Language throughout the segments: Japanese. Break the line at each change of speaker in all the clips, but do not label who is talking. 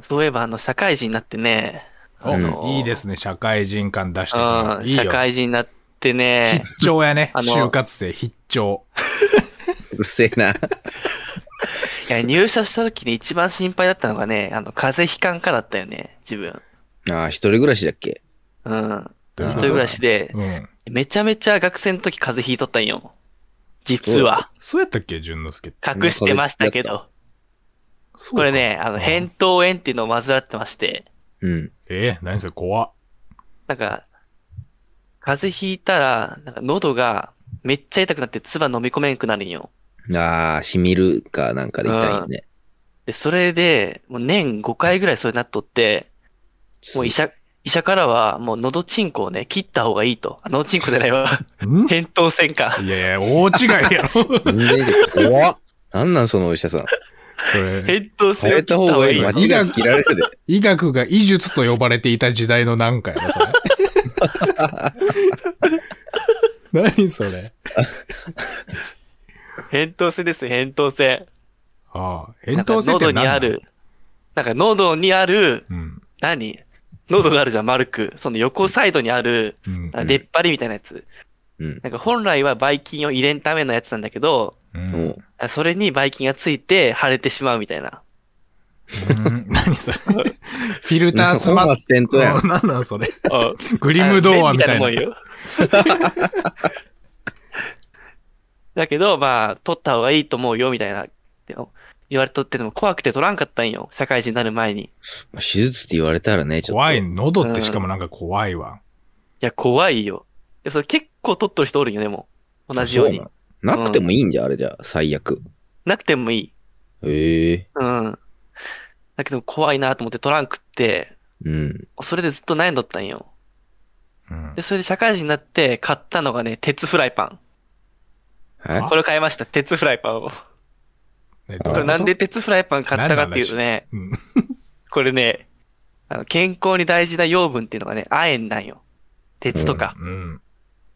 そういえば、あの、社会人になってね、
お
あの
いいですね、社会人感出してく
う
る。
ん、
いい
社
よ。
会人になって ね、
必聴やね。
あの
就活生必聴。
うるせえな。
いや入社した時に一番心配だったのがね、あの、風邪ひかんかだったよね、自分。
ああ、一人暮らしだっけ
うん。
どうい
一
うこと
人暮らしで、
うん。
めちゃめちゃ学生の時風邪ひいとったんよ。実は。
そうやったっけ、淳之介って。
隠してましたけ
な
ど。
そう
こ
か
れ。ね、あ
う
の、
ん
扁桃炎っていうのを患ってまして、
うん。
えー、何それ、怖っ。
なんか、風邪ひいたら、なんか喉がめっちゃ痛くなって唾飲み込めんくなるんよ。
ああ、染みるかなんかで痛いよね。
で、それで、もう年5回ぐらいそれなっとって、もう医者、医者からは、もう喉チンコをね、切った方がいいと。あ喉チンコじゃないわ。
ん
扁桃腺か。
いやいや、大違いや ろ。
全然いいじゃん 怖っ。なんなんそのお医者さん。
それ、
扁桃腺
変
を切
え
ったた
方
方が
がい
い
い。
い
間
の。
違い切られるで。
医学が医術と呼ばれていた時代のなんかや な、それ。何それ。
扁桃腺ですよ、扁桃腺。
ああ、
な
扁
んか
桃腺って
喉
何
にあ
なの。
る、なんか喉にある、
うん。
何喉があるじゃん、丸く。その横サイドにある、
うん。
あ出っ張りみたいなやつ。
うん。
なんか本来はばい菌を入れんためのやつなんだけど、
うん
もう、
あそれにばい菌がついて腫れてしまうみたいな。
うん 何それ。フィルター詰まっ
本末転倒やん
うん何なんそれ。
あ
グリム童話みたいな。
あ便利もんよ。 だけど、まあ、取った方がいいと思うよ、みたいな。で言われとってでも怖くて取らんかったんよ。社会人になる前に。い
まあ手術って言われたらね、ちょっと。
怖い。喉ってしかもなんか怖いわ。
や、怖いよ。でそれ結構取っとる人おるんよ、でも。同じように
そ。なのなくてもいいんじゃん、あれじゃ。最悪。
なくてもいい。
ええ。
うん。だけど怖いなと思って取らんくって、
うん。
それでずっと悩んどったんよ。
うん
で、それで社会人になって買ったのがね、鉄フライパン。
は
これを買いました、鉄フライパンを。
えどうい
そ
うこ
れ
と
なんで鉄フライパン買ったかっていうとね、
うん
これね、あの健康に大事な養分っていうのがね、亜鉛なんよ。鉄とか。
うん。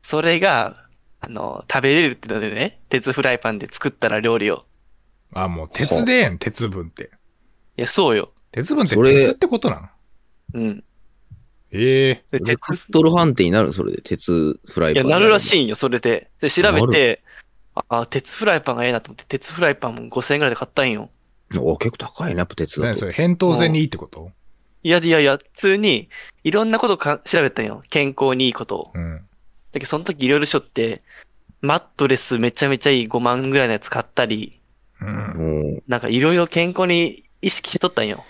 それが、あの、食べれるってのでね、鉄フライパンで作ったら料理を。
あ、もう鉄でええん、鉄分って。
いや、そうよ。
鉄分って
それ
鉄ってことなん
うん。
え
で
え
い。
鉄
カ、ットル判定になるそれで、鉄フライ
い
パ
や、
ン。
なるらし
い。
いんよ、それで。で、調べ
な
て、あ、あ鉄フライパンがええなと思って、鉄フライパンも5000円ぐらいで買ったんよ。
お、結構高いな、やっぱ鉄だ
何
と
そ。れ、扁桃腺にいいってこと
いやいやいや、普通に、いろんなことか調べたんよ。健康にいいことを。
うん。
だけど、その時いろいろしょって、マットレスめちゃめちゃいい5万ぐらいのやつ買ったり、
うん。
もう、
なんかいろいろ健康に意識しとったんよ。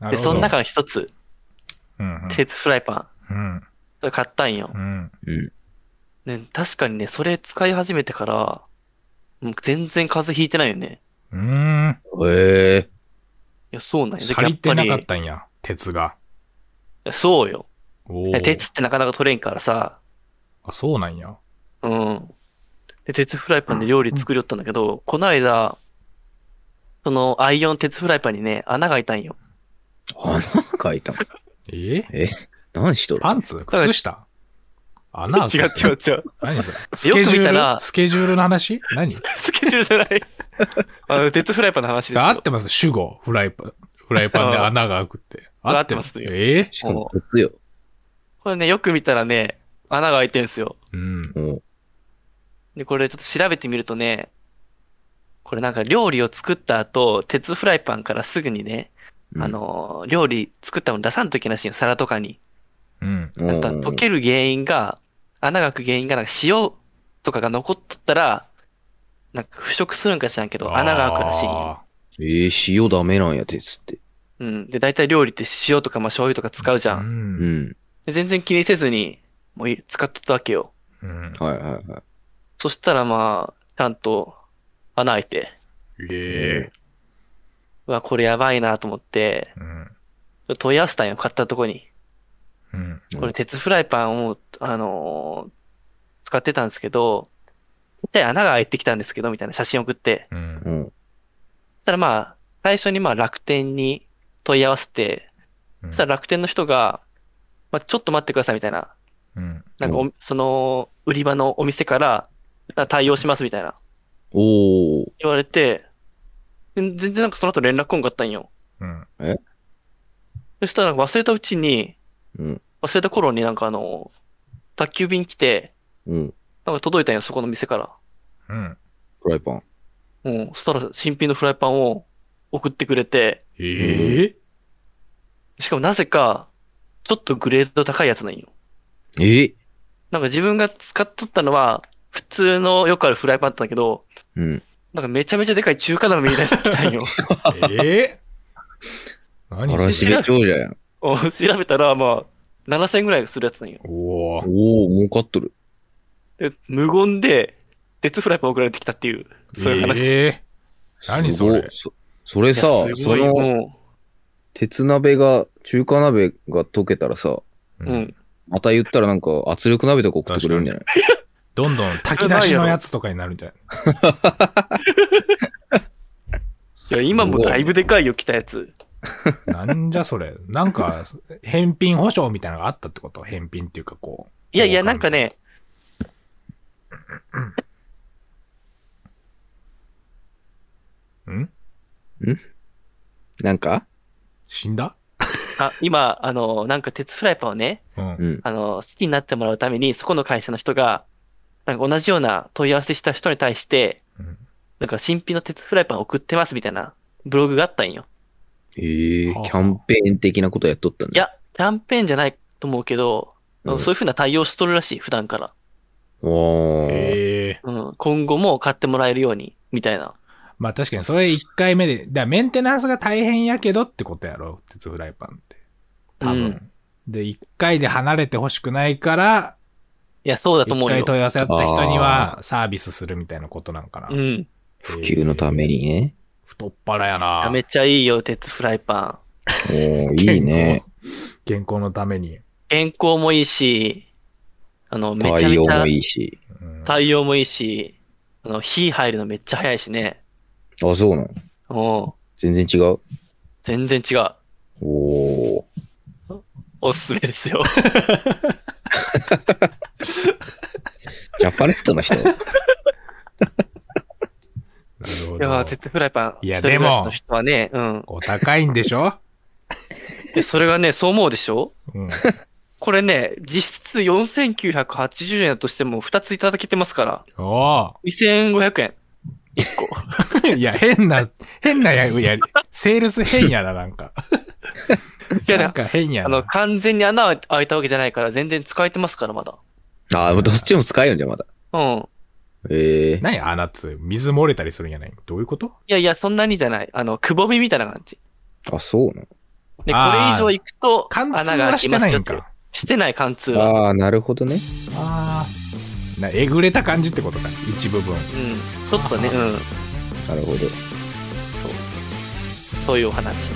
な
で、
るほど
その中の一つ、
うんうん
鉄フライパン。
うん。
それ買ったんよ
う。ん。
うん。
ね、確かにね、それ使い始めてから、もう全然風邪ひいてないよね。
うん。
ええ。
いや、そうなんよ。
足
だけどや
りてなかっ
い
たんや、鉄が。
やそうよ。
お
い
お
や。鉄ってなかなか取れんからさ、
あ、そうなんや。
うん。で、鉄フライパンで料理作りよったんだけど、この間、そのアイオン鉄フライパンにね、穴が開いたんよ。
穴が開いたの。
え
え何しとる
パンツ靴下穴開く
違う違う違う。
何それスケジュ
見た
ー
ら
ルスケジュールの話何そ
スケジュールじゃ ない。あの、鉄フライパンの話です
れ
よ。
合ってます主語。フライパン。フライパンで穴が開くって。
うん合ってます
ええ
しかも鉄よ。
これね、よく見たらね、穴が開いてるんですよ。
うん。
もう、
で、これちょっと調べてみるとね、これなんか料理を作った後、鉄フライパンからすぐにね、
うん
あのー、料理作ったの出さんといけないしよ、皿とかに。
うん。
あとは
うん
溶ける原因が、穴が開く原因が、なんか塩とかが残っとったら、なんか腐食するんか知らんけど、穴が開くらしいんよ。
あ
ええ、塩ダメなんや、鉄って。
うん。で、大体料理って塩とか、まあ、醤油とか使うじゃ。
ーうん。
うんん。
で全然気にせずに、もうい使っとったわけよ。
うん。
はいはいはい。
そしたらまあ、ちゃんと穴開いて、
ええ。
うわ、これやばいなと思って、
うん。
問い合わせたんよ、買ったとこに。
うん。
これ鉄フライパンを、あのー使ってたんですけど、ちっちゃい穴が開いてきたんですけど、みたいな写真送って。
うん。
うん。
そしたらまあ、最初にまあ楽天に問い合わせて、
うん
そしたら楽天の人が、まあちょっと待ってくださいみたいな。
うん。
なんかおその、売り場のお店から、なんか対応しますみたいな。
おー。
言われて、全然なんかその後連絡来んかったんよ。
うん。
そしたらなんか忘れたうちに、
うん。
忘れた頃になんかあの、宅急便来て、
うん。
なんか届いたんよ、そこの店から。
うん。
フライパン。
うん。そしたら新品のフライパンを送ってくれて、
ええ
しかもなぜか、ちょっとグレード高いやつなんよ。
え
なんか自分が使っとったのは、普通のよくあるフライパンだったんだけど、
うん。
なんかめちゃめちゃでかい中華鍋みたいなやつ来 たんよ。
ええ何そ
荒
れ
しめ長者やん。
うん調べたら、まあ、7000円ぐらいするやつなんよ。
おー
おお、儲かっとる。
で、無言で、鉄フライパン送られてきたっていう、そういう話。
ええ何
すご
それ
そそれ
いや
さ、
す
そ
ごい
の鉄鍋が、中華鍋が溶けたらさ、
うん。うん。
また言ったらなんか圧力鍋とか送ってくれるんじゃない
どんどん炊き出しのやつとかになるんじゃない
いや、今もだいぶでかいよ、来たやつ。
なんじゃそれ。なんか、返品保証みたいなのがあったってこと返品っていうかこう。
いやいや、なんかね、
ん
なんか
死んだ
あ、今、あの、なんか鉄フライパンをね、
うん。
うん。
あの、好きになってもらうために、そこの会社の人が、なんか同じような問い合わせした人に対して、
うん
なんか新品の鉄フライパン送ってますみたいなブログがあったんよ。
ええ
はあ
キャンペーン的なことやっとったん
い
だ。
や、キャンペーンじゃないと思うけど、
うん
そういうふうな対応しとるらしい、普段から。
おー。
ええ
うん、今後も買ってもらえるように、みたいな。
まあ確かにそれ1回目で、だからメンテナンスが大変やけどってことやろ。鉄フライパンって。多分。
うん
で、1回で離れてほしくないから、
いや、そうだと思
1
うよ
回。問い合わせあった人にはサービスするみたいなことなんかな。
うん。
普及のためにね。
太っ腹やな。
めっちゃいいよ、鉄フライパン。
おー、いいね。
健康。健康のために。
健康もいいし、あの、めちゃ
対
め
応
ちゃ
もいいし。
うん
対応もいいし、あの、火入るのめっちゃ早いしね。
あ、そうなの
うん。
全然違う。
全然違う。
おー。
おすすめですよ。
ジャパネット の人
なる ほ
い やー、
ど。
鉄フライパン。
いや
一人暮らし
でも
の人はね、うん。
お高いんでしょ
で、それがね、そう思うでしょ
うん。
これね、実質4980円だとしても2ついただけてますから、
お
2500円。1個。
ーいや、変な、変なや、やり、セールス変やな、なんか。
いや、
なん
ね、
か変や
あ
な。
の、完全に穴開いたわけじゃないから、全然使えてますから、まだ。
あー、もうどっちも使えるんじゃん、まだ。
うん。
ええ
何穴っつう水漏れたりするんやないどういうこと
いやいや、そんなにじゃない。あの、くぼみみたいな感じ。
あ、そうな
で、こ
あー
れ以上行くと、穴が
貫通
開
は
き
して
ま
な
す
い
よ
ん
っていう
か。。
してない貫通
の。
は。
ああー、なるほどね。
ああ。なえぐれた感じってことか、一部分。
うん。ちょっとね、うん。
なるほ
そうそう
ど。
そう。そういうお話。